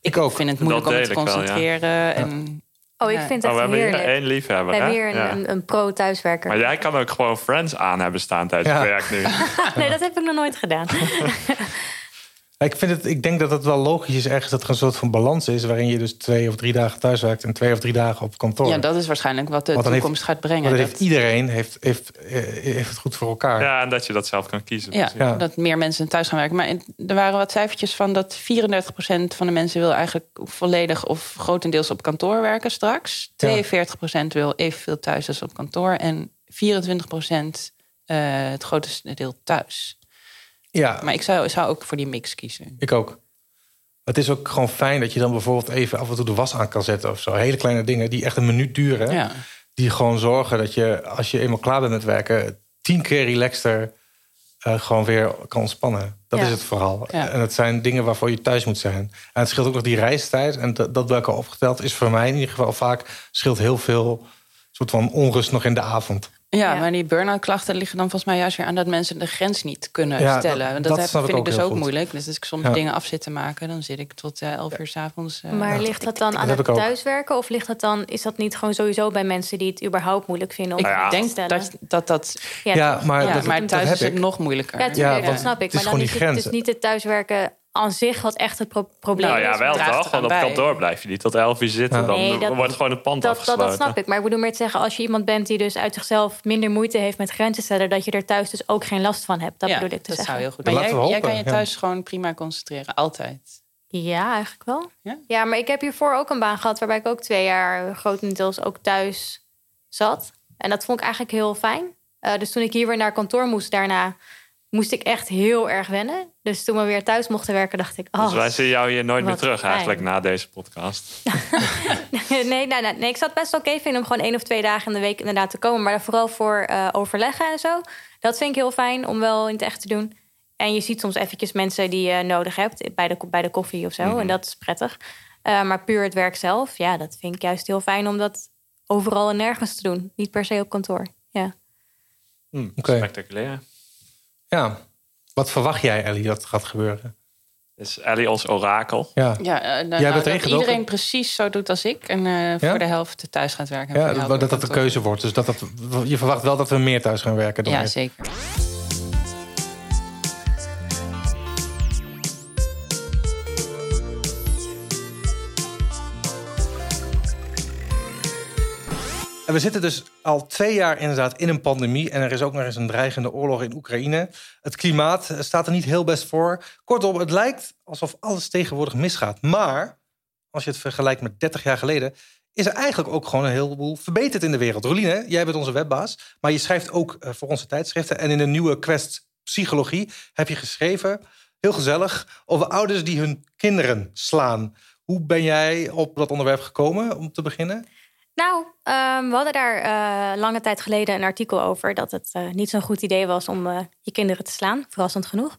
S1: Ik ook.
S5: ik vind het moeilijk om
S4: deel
S5: me te
S4: ik wel, ja.
S5: concentreren. En
S3: Oh, ik
S5: Ja.
S3: vind
S4: Oh,
S3: het
S4: we
S3: echt
S4: hebben hier
S3: heerlijk.
S4: één
S3: We
S4: liefhebber,
S3: hebben
S4: hè?
S3: hier een,
S4: Ja.
S3: een, een pro-thuiswerker.
S4: Maar jij kan ook gewoon Friends aan hebben staan tijdens
S1: Ja.
S4: het werk nu.
S3: Nee, dat heb ik nog nooit gedaan.
S1: Ik, vind het, ik denk dat het wel logisch is ergens dat er een soort van balans is... waarin je dus twee of drie dagen thuis werkt en twee of drie dagen op kantoor.
S5: ja, dat is waarschijnlijk wat de
S1: Want dan heeft-
S5: toekomst gaat brengen.
S1: maar dat
S5: dat-
S1: heeft iedereen heeft, heeft, eh, heeft het goed voor elkaar.
S4: Ja, en dat je dat zelf kan kiezen.
S5: Ja,
S4: precies.
S1: Ja.
S5: dat meer mensen thuis gaan werken. Maar in- er waren wat cijfertjes van dat 34% van de mensen wil eigenlijk volledig of grotendeels op kantoor werken straks. 42% wil evenveel thuis als op kantoor. En 24% eh, het grootste deel thuis.
S1: Ja,
S5: Maar ik zou, zou ook voor die mix kiezen.
S1: ik ook. Het is ook gewoon fijn dat je dan bijvoorbeeld even af en toe de was aan kan zetten of zo. Hele kleine dingen die echt een minuut duren.
S5: Ja.
S1: Die gewoon zorgen dat je, als je eenmaal klaar bent met werken, tien keer relaxter eh, gewoon weer kan ontspannen. Dat
S3: Ja.
S1: is het vooral.
S5: Ja.
S1: En het zijn dingen waarvoor je thuis moet zijn. En het scheelt ook nog die reistijd. En dat, dat bij elkaar opgeteld is voor mij in ieder geval vaak scheelt heel veel soort van onrust nog in de avond.
S5: Ja,
S3: Ja.
S5: maar die burn-out klachten liggen dan volgens mij juist weer aan dat mensen de grens niet kunnen
S1: Ja, dat-
S5: stellen. Dat,
S1: dat
S5: heb-
S1: snap ik
S5: vind ik,
S1: ook
S5: dus
S1: heel
S5: ook
S1: goed.
S5: moeilijk. Dus als ik soms
S1: Ja.
S5: dingen af zit te maken, dan zit ik tot eh, 11 uur s'avonds. avonds. eh,
S3: Maar ligt dat dan aan
S1: heb
S3: het
S1: ik ook.
S3: thuiswerken? Of ligt dat dan, is dat niet gewoon sowieso bij mensen die het überhaupt moeilijk vinden om
S5: ik
S4: Nou ja.
S3: te
S5: denk
S3: stellen?
S5: dat dat, dat
S3: ja,
S1: Ja,
S3: toch?
S1: maar,
S5: Ja,
S1: dat,
S5: maar
S1: dat
S5: thuis
S1: heb
S5: is het
S1: ik.
S5: nog moeilijker.
S3: Ja, tuurlijk,
S1: want
S3: dat snap ik.
S1: is
S3: Maar
S1: gewoon
S3: dan
S1: die
S3: is het dus
S1: grenzen.
S3: niet het thuiswerken aan zich wat echt het pro- probleem
S4: Nou
S3: is.
S4: ja, wel
S5: draagt
S4: toch?
S5: eraan
S4: Want op
S5: bij.
S4: kantoor blijf je niet tot elf uur zitten.
S1: Ja.
S4: Dan
S3: Nee, dat-
S4: wordt gewoon het pand
S3: Dat, dat,
S4: afgesloten.
S3: dat snap ik. Maar ik bedoel meer te zeggen, als je iemand bent die dus uit zichzelf minder moeite heeft met grenzen stellen, dat je er thuis dus ook geen last van hebt. Dat
S5: ja,
S3: bedoel ik te
S5: dat zou
S3: zeggen.
S5: heel goed.
S1: Maar
S5: Maar jij,
S1: laten we
S5: jij
S1: hopen,
S5: kan je
S1: ja.
S5: thuis gewoon prima concentreren, altijd.
S3: Ja, eigenlijk wel.
S5: Ja?
S3: maar ik heb hiervoor ook een baan gehad waarbij ik ook twee jaar grotendeels ook thuis zat. En dat vond ik eigenlijk heel fijn. Eh, dus toen ik hier weer naar kantoor moest daarna, moest ik echt heel erg wennen. Dus toen we weer thuis mochten werken, dacht ik... Oh,
S4: Dus wij zien jou hier nooit meer
S3: Wat
S4: terug
S3: fijn.
S4: eigenlijk na deze podcast.
S3: nee, nee, nee, nee, ik zou het best oké vinden om gewoon één of twee dagen in de week inderdaad te komen. Maar dan vooral voor eh, overleggen en zo. Dat vind ik heel fijn om wel in het echt te doen. En je ziet soms eventjes mensen die je nodig hebt bij de, bij de koffie of zo. En dat is prettig. Eh, maar puur het werk zelf, ja, dat vind ik juist heel fijn om dat overal en nergens te doen. Niet per se op kantoor. Ja.
S4: Hm,
S1: Oké.
S4: Spectaculair.
S1: Ja. Wat verwacht jij, Ellie, dat het gaat gebeuren?
S4: Is Ellie ons orakel?
S1: Ja.
S5: Ja, eh, nou,
S1: bent
S5: nou, dat
S1: ingedoken.
S5: iedereen precies zo doet als ik. En eh, voor de helft thuis gaat werken. en
S1: Ja,
S5: voor de
S1: dat,
S5: helft
S1: dat dat
S5: op
S1: een
S5: kantoor.
S1: keuze wordt. Dus dat, dat, je verwacht wel dat we meer thuis gaan werken. Dan
S5: Ja,
S1: weer.
S5: zeker.
S1: En we zitten dus al twee jaar inderdaad in een pandemie. En er is ook nog eens een dreigende oorlog in Oekraïne. Het klimaat eh, staat er niet heel best voor. Kortom, het lijkt alsof alles tegenwoordig misgaat. Maar als je het vergelijkt met 30 jaar geleden, is er eigenlijk ook gewoon een heleboel verbeterd in de wereld. Roline, jij bent onze webbaas, maar je schrijft ook eh, voor onze tijdschriften. En in de nieuwe quest Psychologie heb je geschreven, heel gezellig, over ouders die hun kinderen slaan. Hoe ben jij op dat onderwerp gekomen om te beginnen?
S3: Nou, ehm, we hadden daar eh, lange tijd geleden een artikel over dat het eh, niet zo'n goed idee was om eh, je kinderen te slaan, verrassend genoeg.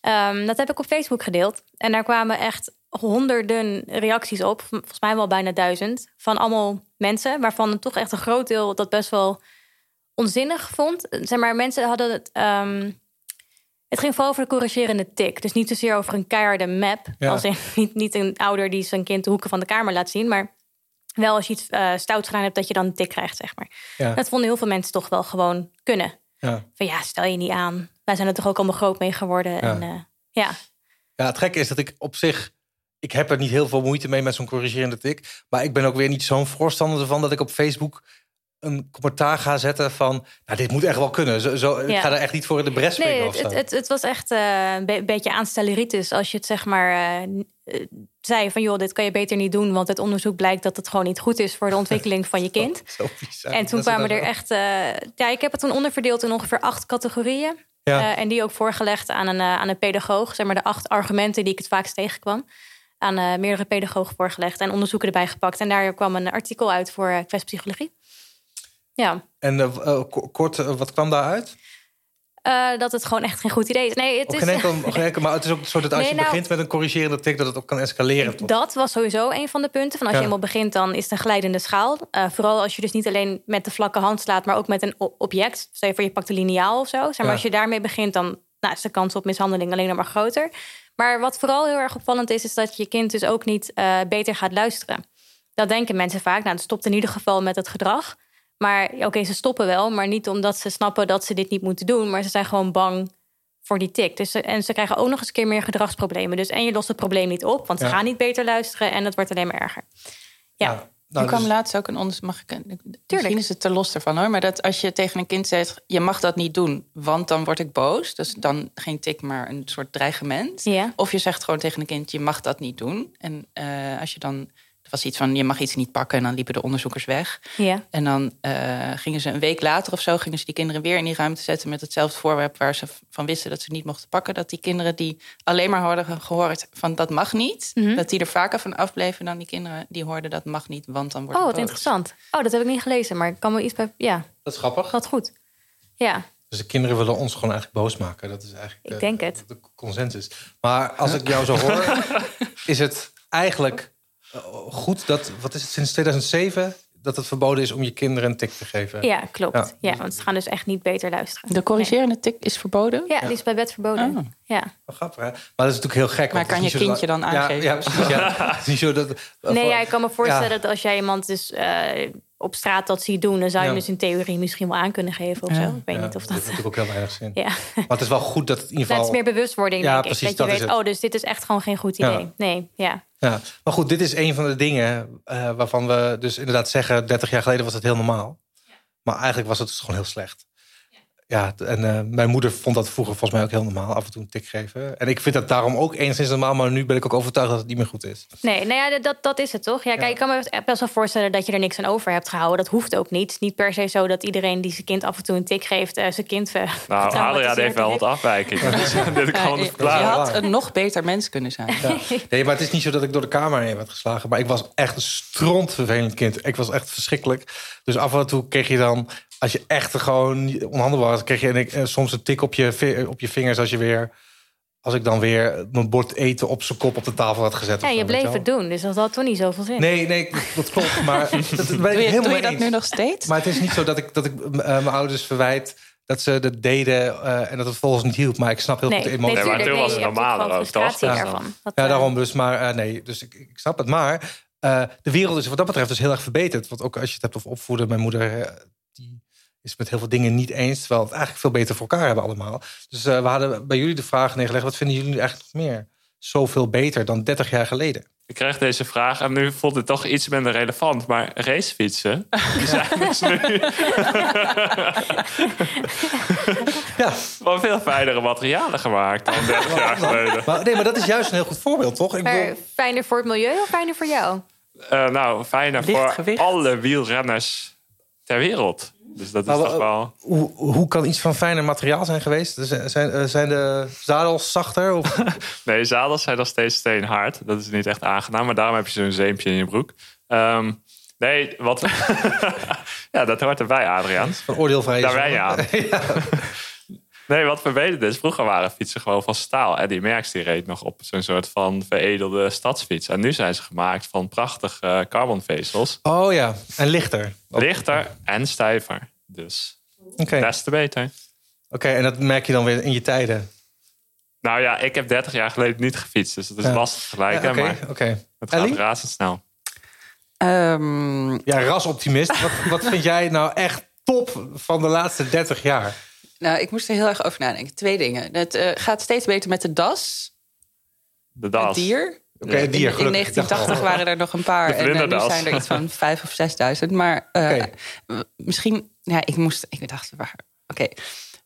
S3: Ehm, dat heb ik op Facebook gedeeld. En daar kwamen echt honderden reacties op, v- volgens mij wel bijna duizend, van allemaal mensen, waarvan toch echt een groot deel dat best wel onzinnig vond. Zeg maar, mensen hadden het. ehm, het ging vooral over de corrigerende tik. Dus niet zozeer over een keiharde map.
S1: Ja.
S3: Als in, niet, niet een ouder die zijn kind de hoeken van de kamer laat zien. Maar wel als je iets eh, stouts gedaan hebt, dat je dan een tik krijgt, zeg maar.
S1: Ja.
S3: Dat vonden heel veel mensen toch wel gewoon kunnen.
S1: Ja.
S3: Van ja, stel je niet aan. Wij zijn er toch ook allemaal groot mee geworden. En, eh, ja.
S1: Ja, het gekke is dat ik op zich... Ik heb er niet heel veel moeite mee met zo'n corrigerende tik. Maar ik ben ook weer niet zo'n voorstander ervan... dat ik op Facebook een commentaar ga zetten van... Nou, dit moet echt wel kunnen. Zo, zo, Ik
S3: Ja.
S1: ga er echt niet voor in de bres springen
S3: Nee,
S1: of
S3: het,
S1: zo.
S3: het, het, het was echt eh, een be- beetje aanstelleritis als je het zeg maar eh, n- eh, zei van joh, dit kan je beter niet doen, want het onderzoek blijkt dat het gewoon niet goed is voor de ontwikkeling van je kind.
S1: Zo bizar.
S3: En toen
S1: Dat ze
S3: kwamen
S1: daar-
S3: er echt, eh, ja, ik heb het toen onderverdeeld in ongeveer acht categorieën.
S1: Ja,
S3: Eh, en die ook voorgelegd aan een, eh, aan een pedagoog. Zeg maar de acht argumenten die ik het vaakst tegenkwam. Aan eh, meerdere pedagogen voorgelegd en onderzoeken erbij gepakt. En daar kwam een artikel uit voor eh, kwestpsychologie. Ja,
S1: en eh, eh, ko- kort, eh, wat kwam daaruit?
S3: Eh, dat het gewoon echt geen goed idee is. Nee, het
S1: Op
S3: is,
S1: geen enkel, op geen enkel- maar het is ook zo dat als
S3: Nee,
S1: je
S3: nou-
S1: begint met een corrigerende tik... dat het ook kan escaleren. tot-
S3: Dat was sowieso een van de punten. Van als
S1: Ja.
S3: je eenmaal begint, dan is het een glijdende schaal. Eh, vooral als je dus niet alleen met de vlakke hand slaat, maar ook met een o- object. Stel je voor, je pakt een liniaal of zo. Zeg maar,
S1: Ja.
S3: Als je daarmee begint, dan nou, is de kans op mishandeling alleen nog maar groter. Maar wat vooral heel erg opvallend is, is dat je kind dus ook niet eh, beter gaat luisteren. Dat denken mensen vaak. Nou, het stopt in ieder geval met het gedrag. Maar oké, ze stoppen wel, maar niet omdat ze snappen dat ze dit niet moeten doen. Maar ze zijn gewoon bang voor die tik. Dus ze- en ze krijgen ook nog eens een keer meer gedragsproblemen. Dus en je lost het probleem niet op, want ze
S1: Ja.
S3: gaan niet beter luisteren en het wordt alleen maar erger. Ja,
S1: nou,
S5: er kwam
S1: dus-
S5: laatst ook een onderzoek. Mag ik, Tuurlijk. Misschien is het te los ervan hoor. Maar dat als je tegen een kind zegt: Je mag dat niet doen, want dan word ik boos. Dus dan geen tik, maar een soort dreigement.
S3: Ja.
S5: Of je zegt gewoon tegen een kind: Je mag dat niet doen. En eh, als je dan. Er was iets van: Je mag iets niet pakken. En dan liepen de onderzoekers weg.
S3: ja.
S5: En dan eh, gingen ze een week later of zo, gingen ze die kinderen weer in die ruimte zetten met hetzelfde voorwerp waar ze van wisten dat ze het niet mochten pakken. Dat die kinderen die alleen maar hadden gehoord van dat mag niet, dat die er vaker van afbleven dan die kinderen die hoorden dat mag niet, want dan wordt
S3: Oh,
S5: het
S3: wat interessant. Oh, dat heb ik niet gelezen, maar ik kan me iets bij. Ja,
S1: Dat is grappig.
S3: gaat goed. Ja,
S1: Dus de kinderen willen ons gewoon eigenlijk boos maken. Dat is eigenlijk
S3: Ik
S1: de-
S3: denk het.
S1: de consensus. Maar als ik jou zo hoor, is het eigenlijk eh, goed dat, wat is het, sinds 2007 dat het verboden is om je kinderen een tik te geven.
S3: ja klopt.
S1: Ja.
S3: Ja. want ze gaan dus echt niet beter luisteren.
S5: De corrigerende tik is verboden.
S3: Nee. Ja, die is bij wet verboden.
S5: Oh.
S3: Ja.
S1: Wel grappig, hè? Maar dat is natuurlijk heel gek. want
S5: Maar
S1: het
S5: kan
S1: is
S5: je
S1: niet zo
S5: kindje
S1: dat-
S5: dan
S1: Ja,
S5: aangeven?
S1: Ja, precies. Ja. Het is niet zo dat,
S3: Nee,
S1: voor-
S3: ja, ik kan me voorstellen
S1: Ja.
S3: dat als jij iemand dus eh, op straat dat ziet doen, dan zou je
S1: Ja.
S3: hem dus in theorie misschien wel aan kunnen geven of zo. Ik weet
S1: Ja,
S3: niet of
S1: Dat heeft
S3: dat.
S1: natuurlijk ook heel weinig zin.
S3: Ja.
S1: Maar het is wel goed dat het in ieder
S3: Dat
S1: geval...
S3: is meer bewustwording,
S1: Ja,
S3: denk
S1: precies,
S3: ik. Dat,
S1: dat
S3: je
S1: is
S3: weet,
S1: het.
S3: oh, dus dit is echt gewoon geen goed
S1: Ja.
S3: idee. Nee, ja.
S1: Ja, maar goed, dit is een van de dingen eh, waarvan we dus inderdaad zeggen: 30 jaar geleden was het heel normaal. Maar eigenlijk was het dus gewoon heel slecht. Ja, t- en eh, mijn moeder vond dat vroeger volgens mij ook heel normaal, af en toe een tik geven. En ik vind dat daarom ook enigszins normaal, maar nu ben ik ook overtuigd dat het niet meer goed is.
S3: Nee, nou ja, dat, dat is het toch? Ja, kijk, ik kan me best wel voorstellen dat je er niks aan over hebt gehouden. Dat hoeft ook niet. Het is Niet per se zo dat iedereen die zijn kind af en toe een tik geeft, eh, zijn kind ver.
S4: Nou, Adriaan heeft wel wat afwijkingen. Dus dit
S5: Ja,
S4: kan
S5: je,
S4: het
S5: je
S4: verklaren.
S5: had een nog beter mens kunnen zijn.
S1: Nee, maar het is niet zo dat ik door de kamer heen werd geslagen. Maar ik was echt een strontvervelend kind. Ik was echt verschrikkelijk. Dus af en toe kreeg je dan, als je echt gewoon onhandelbaar was, kreeg je en ik- eh, soms een tik op je, vi- op je vingers als je weer. Als ik dan weer mijn bord eten op zijn kop op de tafel had gezet.
S3: Ja,
S1: of zo, weet
S3: je bleef
S1: wel.
S3: het doen, dus dat had toch niet zoveel zin.
S1: Nee, nee, dat klopt. Maar dat ben ik
S5: Doe je,
S1: helemaal
S5: doe je
S1: mee
S5: dat
S1: eens.
S5: nu nog steeds?
S1: Maar het is niet zo dat ik, dat ik eh, mijn ouders verwijt dat ze dat deden eh, en dat het volgens niet hielp. Maar ik snap heel
S3: Nee,
S1: goed de
S3: nee,
S1: emotie.
S4: maar tuurlijk.
S3: natuurlijk.
S4: toen
S3: Nee,
S4: was het
S3: je hebt gewoon
S4: normaler ook, toch?
S1: Ja.
S3: frustratie ervan. Dat,
S1: Ja,
S3: eh,
S1: daarom dus. Maar eh, nee, dus ik, ik snap het. Maar eh, de wereld is wat dat betreft dus heel erg verbeterd. Want ook als je het hebt over opvoeden, mijn moeder eh, die is met heel veel dingen niet eens. Terwijl we het eigenlijk veel beter voor elkaar hebben allemaal. Dus eh, we hadden bij jullie de vraag neergelegd. Wat vinden jullie nu eigenlijk nog meer? Zoveel beter dan 30 jaar geleden.
S4: Ik kreeg deze vraag en nu voelt het toch iets minder relevant. Maar racefietsen, die zijn dus nu
S1: Ja,
S4: van veel fijnere materialen gemaakt dan 30 jaar geleden.
S1: maar, nee, maar dat is juist een heel goed voorbeeld, toch? Ik
S3: maar
S1: bedoel,
S3: fijner voor het milieu of fijner voor jou?
S4: Eh, nou, fijner
S5: Licht
S4: voor
S5: gewicht.
S4: alle wielrenners ter wereld. Dus dat is
S1: Maar we-
S4: toch wel...
S1: hoe, hoe kan iets van fijner materiaal zijn geweest? Dus, eh, Zijn, eh, zijn de zadels zachter? Of...
S4: Nee, zadels zijn nog steeds steenhard. Dat is niet echt aangenaam, maar daarom heb je zo'n zeempje in je broek. Ehm, nee, wat... ja, dat hoort erbij, Adriaan.
S1: Een oordeelvrij.
S4: Daar ben je aan. Nee, wat vervelend is, vroeger waren fietsen gewoon van staal. En die Merckx die reed nog op zo'n soort van veredelde stadsfiets. En nu zijn ze gemaakt van prachtige eh, carbonvezels.
S1: Oh ja, en lichter. Oké,
S4: Lichter en stijver. Dus des te beter.
S1: Oké, en dat merk je dan weer in je tijden.
S4: Nou ja, ik heb 30 jaar geleden niet gefietst, dus dat is
S1: Ja.
S4: lastig te vergelijken.
S1: Ja, Oké,
S4: Maar
S1: oké.
S4: het gaat
S1: Ellie?
S4: razendsnel.
S5: Ehm,
S1: Ja, rasoptimist. Wat, wat vind jij nou echt top van de laatste 30 jaar?
S5: nou, ik moest er heel erg over nadenken. Twee dingen. Het eh, gaat steeds beter met de das,
S4: De das.
S5: het dier.
S1: Oké, het dier,
S5: in, in
S1: gelukkig. Ik dacht
S5: 1980
S1: al.
S5: waren er nog een paar.
S4: De
S5: En eh, nu
S4: vlinderdas.
S5: zijn er iets van vijf of zesduizend. Maar eh,
S1: Oké.
S5: w- misschien, ja, ik moest, ik dacht, waar? Oké.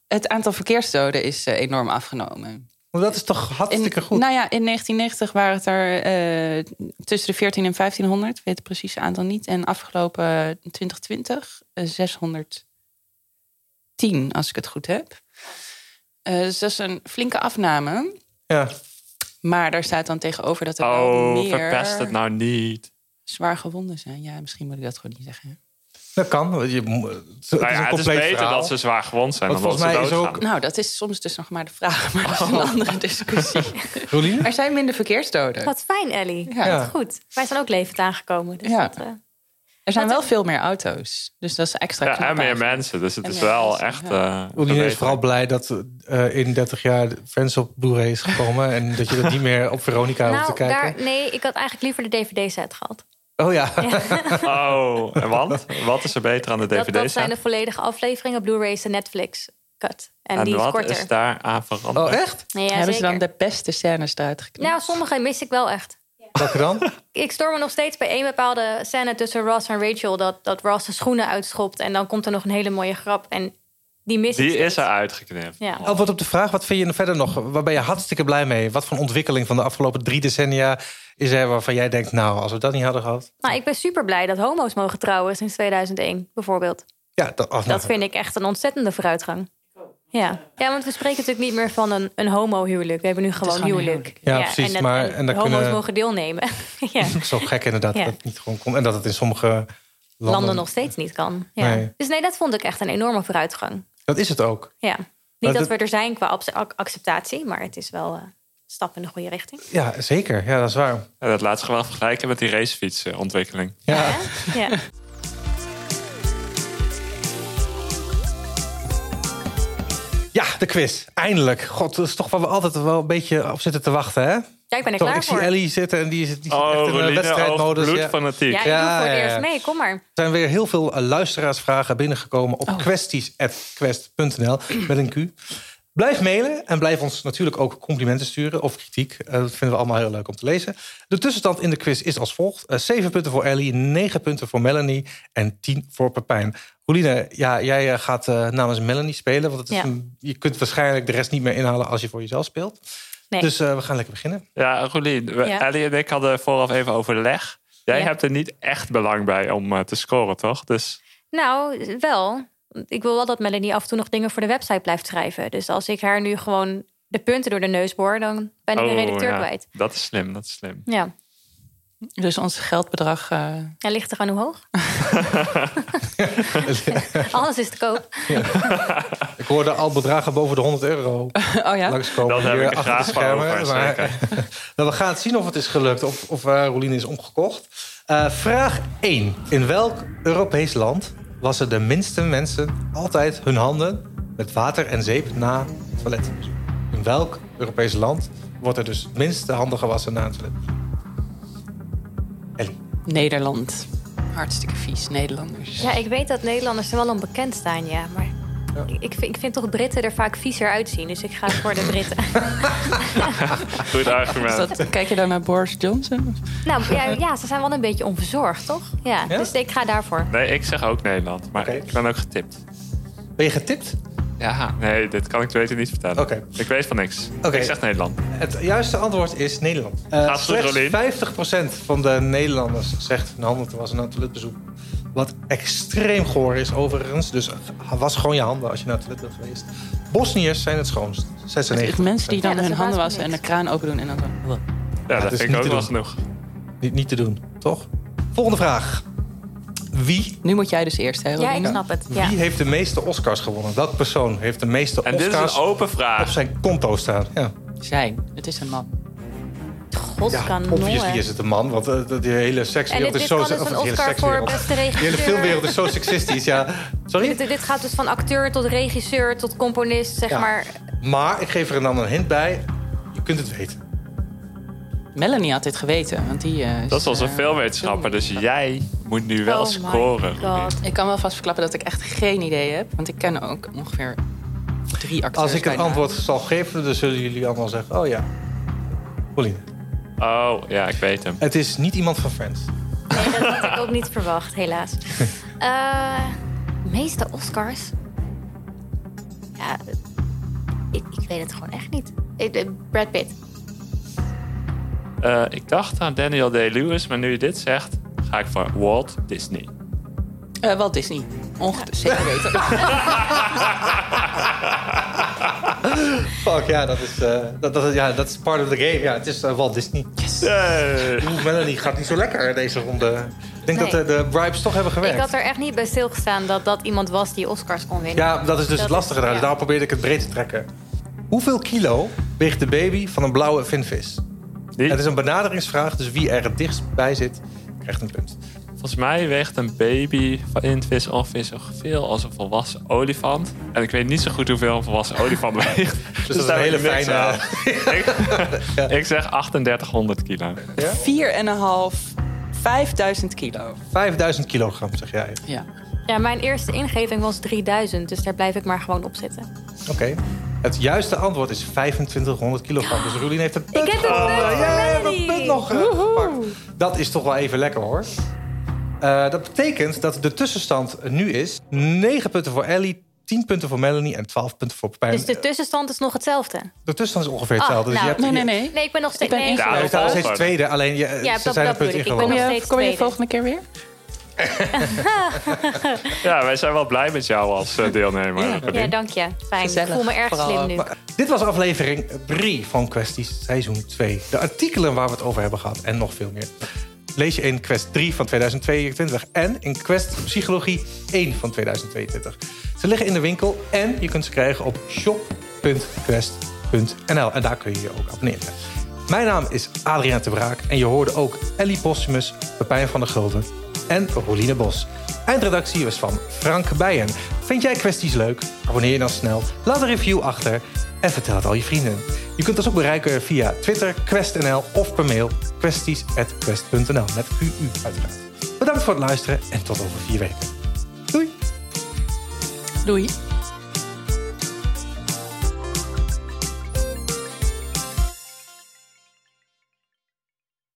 S5: Het aantal verkeersdoden is eh, enorm afgenomen.
S1: Want dat is toch
S5: In,
S1: hartstikke goed?
S5: Nou ja, in 1990 waren het er eh, tussen de 14 en 1500. Ik weet het precieze aantal niet. En afgelopen 2020 eh, 610, als ik het goed heb. Eh, dus dat is een flinke afname.
S1: Ja.
S5: Maar daar staat dan tegenover dat er wel
S4: Oh,
S5: meer
S4: verpest het nou niet.
S5: zwaar gewonden zijn. Ja, misschien moet ik dat gewoon niet zeggen.
S1: Dat kan. Je, mo- het is een
S4: Nou ja, het is
S1: compleet
S4: beter
S1: verhaal.
S4: dat ze zwaar gewond zijn
S1: Want
S4: dan dat ze
S1: volgens mij is
S4: doodgaan.
S1: ook-
S5: Nou, dat is soms dus nog maar de vraag. Maar dat is een andere discussie.
S1: Roeline?
S5: er zijn minder verkeersdoden.
S3: Wat fijn, Ellie.
S5: Ja.
S1: Ja.
S3: Goed. Wij zijn ook levend aangekomen. Dus
S5: Ja.
S3: dat, eh,
S5: Er zijn
S3: Wat-
S5: wel veel meer auto's. Dus dat is extra
S4: Ja,
S5: knap
S4: en meer
S5: eigenlijk.
S4: mensen, dus het
S5: En
S4: is
S5: meer
S4: wel
S5: mensen, ja.
S4: echt... eh,
S1: Roeline is
S4: verbeterd.
S1: vooral blij dat eh, in 30 jaar de Friends op Blu-ray is gekomen. en dat je dat niet meer op Veronica hoeft te
S3: nou,
S1: kijken.
S3: daar, nee, ik had eigenlijk liever de DVD-set gehad.
S1: Oh ja.
S4: Oh, en want? Wat is er beter aan de
S3: Dat, dat
S4: dvd's?
S3: zijn de volledige afleveringen. Blu-rays en Netflix cut. En,
S4: en
S3: die is
S4: wat
S3: korter.
S4: is daar aan veranderd?
S1: Oh, echt?
S3: Nee, ja,
S5: Hebben ze
S3: zeker.
S5: dan de beste scènes eruit geknipt?
S3: Nou, sommige mis ik wel echt.
S1: Welke dan?
S3: Ik storm me nog steeds bij één bepaalde scène tussen Ross en Rachel. Dat, dat Ross zijn schoenen uitschopt. En dan komt er nog een hele mooie grap. En die mis ik
S4: Die
S3: steeds.
S4: is er uitgeknipt.
S3: Ja.
S1: Antwoord op de vraag, Oh, wat vind je er verder nog? Waar ben je hartstikke blij mee? Wat voor ontwikkeling van de afgelopen drie decennia is er waarvan jij denkt... nou, als we dat niet hadden gehad...
S3: Nou, ik ben super blij dat homo's mogen trouwen sinds 2001, bijvoorbeeld.
S1: Ja, dat, oh, nou,
S3: Dat vind ik echt een ontzettende vooruitgang. Ja. ja, want we spreken natuurlijk niet meer van een, een homo-huwelijk. We hebben nu gewoon,
S5: gewoon een
S3: huwelijk.
S1: Ja, precies,
S3: En, dat-
S1: maar-
S3: en
S1: en dan
S3: homo's
S1: kunnen-
S3: mogen deelnemen. ja.
S1: Zo gek inderdaad
S3: Ja.
S1: dat het niet gewoon komt. En dat het in sommige landen...
S3: Landen nog steeds niet kan. Ja.
S1: Nee.
S3: Dus nee, dat vond ik echt een enorme vooruitgang.
S1: Dat is het ook.
S3: Ja.
S1: Maar
S3: Niet dat
S1: dat-
S3: we er zijn qua abs- ac- acceptatie, maar het is wel eh, een stap in de goede richting.
S1: Ja, zeker. Ja, dat is waar.
S4: En dat laat zich wel vergelijken met die racefietsenontwikkeling.
S1: Ja.
S3: Hè? Ja.
S1: ja, de quiz. Eindelijk. God, dat is toch waar we altijd wel een beetje op zitten te wachten, hè?
S3: ja, ik
S1: Toch,
S3: ben er
S1: ik
S3: klaar
S1: zie
S3: voor.
S1: Ellie zitten en die is, die zit
S4: Oh,
S1: echt in een
S4: Roline, oogt
S1: wedstrijdmodus. Ja.
S4: bloedfanatiek.
S3: Ja, ik
S1: Ja,
S3: doe voor het
S1: ja, ja.
S3: eerst mee. Kom maar.
S1: Er zijn weer heel veel eh, luisteraarsvragen binnengekomen
S3: Oh.
S1: op kwesties.quest.nl met een Q. Blijf mailen en blijf ons natuurlijk ook complimenten sturen of kritiek. Eh, dat vinden we allemaal heel leuk om te lezen. De tussenstand in de quiz is als volgt. Eh, 7 punten voor Ellie, 9 punten voor Melanie en 10 voor Pepijn. Roline, ja, jij eh, gaat eh, namens Melanie spelen. Want het is
S3: Ja.
S1: een- je kunt waarschijnlijk de rest niet meer inhalen als je voor jezelf speelt.
S3: Nee.
S1: Dus eh, we gaan lekker beginnen.
S4: Ja, Rolien, we-
S3: Ja.
S4: Ellie en ik hadden vooraf even overleg. Jij
S3: Ja.
S4: hebt er niet echt belang bij om eh, te scoren, toch? Dus
S3: Nou, wel. Ik wil wel dat Melanie af en toe nog dingen voor de website blijft schrijven. Dus als ik haar nu gewoon de punten door de neus boor, dan ben ik de
S4: Oh,
S3: redacteur
S4: ja.
S3: kwijt.
S4: dat is slim, dat is slim.
S3: Ja.
S5: Dus ons geldbedrag... eh,
S3: En ligt er aan hoe hoog? Alles is te koop.
S1: Ik hoorde al bedragen boven de 100 euro.
S5: oh ja?
S1: langskomen
S4: Dat heb
S1: hier
S4: ik er
S1: achter
S4: graag
S1: de
S4: van
S1: schermen.
S4: over,
S1: maar,
S4: zeker.
S1: Nou, we gaan zien of het is gelukt of, of eh, Roelien is omgekocht. Eh, vraag 1. In welk Europees land wassen de minste mensen altijd hun handen met water en zeep na het toilet. In welk Europees land wordt er dus het minste handen gewassen na het toilet? Ellie.
S5: Nederland. Hartstikke vies, Nederlanders.
S3: Ja, ik weet dat Nederlanders er wel om bekend staan, ja. Maar
S1: Ja.
S3: ik- ik vind, ik vind toch Britten er vaak viezer uitzien. Dus ik ga voor de Britten.
S4: Goed argument.
S5: Is
S1: eh,
S5: dat- kijk je dan naar Boris Johnson?
S3: nou ja, ja, ze zijn wel een beetje onverzorgd, toch? Ja,
S1: Ja?
S3: dus ik ga daarvoor.
S4: Nee, ik zeg ook Nederland, maar
S1: Oké.
S4: ik ben ook getipt.
S1: Ben je getipt?
S4: Ja, nee, dit kan ik beter niet vertellen.
S1: Oké.
S4: Ik weet van niks.
S1: Oké.
S4: Ik zeg Nederland.
S1: Het juiste antwoord is Nederland. Eh,
S4: Gaat goed,
S1: slechts
S4: Rolien.
S1: 50% van de Nederlanders zegt nou, hun handen te wassen na het toiletbezoek. Wat extreem goor is overigens. Dus was gewoon je handen als je naar het toilet bent geweest. Bosniërs zijn het schoonst. 96.
S5: Mensen die dan
S3: Ja, dat
S5: hun
S3: is
S5: handen
S3: raar,
S5: wassen en de
S3: niks.
S5: kraan open doen en dan zo.
S4: Ja,
S1: het
S4: dat
S1: is
S4: vind
S1: dus niet
S4: ik ook
S1: te
S4: wel
S1: doen.
S4: genoeg.
S1: Niet, niet te doen, toch? Volgende vraag. Wie,
S5: Nu moet jij dus eerst, hè?
S3: Ja, ik
S5: Rolien?
S3: snap het. Ja.
S1: wie heeft de meeste Oscars gewonnen? Welk persoon heeft de meeste
S4: En dit is
S1: Oscars
S4: een open
S1: op
S4: vraag.
S1: zijn konto staan? Ja,
S5: Zijn. Het is een man.
S1: ja
S3: Godskanonnen.
S1: obviously is het een man, want eh, die hele
S3: Dus en dit,
S1: sekswereld
S3: dit
S1: is zo...
S3: kan dus
S1: of
S3: een
S1: die hele
S3: Oscar voor
S1: sekswereld.
S3: beste
S1: Die hele filmwereld
S3: regisseur.
S1: is zo seksistisch, ja. Sorry?
S3: Dit, dit gaat dus van acteur tot regisseur tot componist, zeg
S1: Ja.
S3: maar.
S1: Maar ik geef er dan een hint bij. Je kunt het weten.
S5: Melanie had dit geweten, want die... eh, is,
S4: Dat is onze
S5: eh,
S4: filmwetenschapper, dus jij moet nu wel
S3: Oh my
S4: scoren.
S3: God.
S5: Ik kan wel vast verklappen dat ik echt geen idee heb. Want ik ken ook ongeveer drie acteurs
S1: Als ik het
S5: bijna.
S1: antwoord zal geven, dan zullen jullie allemaal zeggen... Oh ja, Pauline.
S4: Oh, ja, ik weet hem.
S1: Het is niet iemand van Friends.
S3: Nee, dat had ik ook niet verwacht, helaas. Eh, meeste Oscars? Ja, ik, ik weet het gewoon echt niet. Ik- eh, Brad Pitt.
S4: Eh, ik dacht aan Daniel Day-Lewis, maar nu je dit zegt, ga ik voor Walt Disney.
S5: Eh, Walt Disney. Onge Zeker weten.
S1: Fuck, ja, dat is, eh, dat, dat, ja, dat is part of the game. Ja, het is eh, Walt Disney.
S4: Yay.
S1: Oeh, Melanie gaat niet zo lekker deze ronde. Ik denk
S3: Nee.
S1: dat eh, de, de bribes toch hebben gewerkt.
S3: Ik had er echt niet bij stilgestaan dat dat iemand was die Oscars kon winnen.
S1: Ja, dat is dus
S3: Dat
S1: het
S3: is-
S1: lastige daar. Dus
S3: ja.
S1: Daarom probeerde ik het breed te trekken. Hoeveel kilo weegt de baby van een blauwe vinvis?
S4: Die-
S1: Het is een benaderingsvraag, dus wie er het dichtst bij zit, krijgt een punt.
S4: Volgens mij weegt een baby van in het vis ongeveer zoveel als een volwassen olifant. En ik weet niet zo goed hoeveel een volwassen olifant weegt. Dus,
S1: dat is
S4: daar
S1: een
S4: weet
S1: hele
S4: ik niks
S1: fijne-
S4: aan. ik, ik zeg 3800 kilo.
S5: Vier en een half, vijfduizend kilo.
S1: 5000 kilogram, zeg jij.
S5: Ja.
S3: Ja, mijn eerste ingeving was 3000, dus daar blijf ik maar gewoon op zitten.
S1: Oké. Het juiste antwoord is 2500 kilogram. Dus Roelien heeft een punt.
S3: Ik heb een punt
S1: gewonnen.
S3: voor
S1: Ja, we hebben een
S3: Melanie.
S1: punt nog eh, gepakt. Dat is toch wel even lekker hoor. Eh, dat betekent dat de tussenstand nu is 9 punten voor Ellie, 10 punten voor Melanie en eh, 12 punten voor Pepijn.
S3: Dus de tussenstand is nog hetzelfde.
S1: De tussenstand is ongeveer hetzelfde.
S3: Ah,
S1: dus
S3: nou,
S1: je
S5: Nee,
S1: hebt
S5: nee, nee.
S3: Nee, ik ben nog steeds...
S5: ben
S3: nee,
S5: ingelopen.
S1: Ja,
S4: Ja,
S1: we staan nog
S4: dat
S1: steeds
S4: is-
S1: tweede, alleen je,
S3: Ja,
S1: ze
S3: dat-
S1: zijn een punt
S3: dat bedoel ik. Ik ben
S1: ingelopen.
S5: Kom
S3: nog
S5: je,
S3: steeds
S5: kom je
S3: tweede.
S5: volgende keer weer?
S4: Ja, wij zijn wel blij met jou als eh, deelnemer.
S3: Ja, dank je. Fijn.
S5: Gezellig,
S3: ik voel me erg
S5: vooral.
S3: slim nu.
S1: Maar dit was aflevering 3 van Kwesties seizoen 2. De artikelen waar we het over hebben gehad en nog veel meer. Lees je in Quest 3 van 2022 en in Quest Psychologie 1 van 2022. Ze liggen in de winkel en je kunt ze krijgen op shop.quest.nl. En daar kun je je ook abonneren. Mijn naam is Adriaan de Braak en je hoorde ook Ellie Postumus, Pepijn van der Gulden en Roline Bos. Eindredactie was van Frank Bijen. Vind jij kwesties leuk? Abonneer je dan snel, laat een review achter en vertel het al je vrienden. Je kunt ons ook bereiken via Twitter, QuestNL of per mail kwesties.quest.nl met QU uiteraard. Bedankt voor het luisteren en tot over vier weken. Doei!
S5: Doei.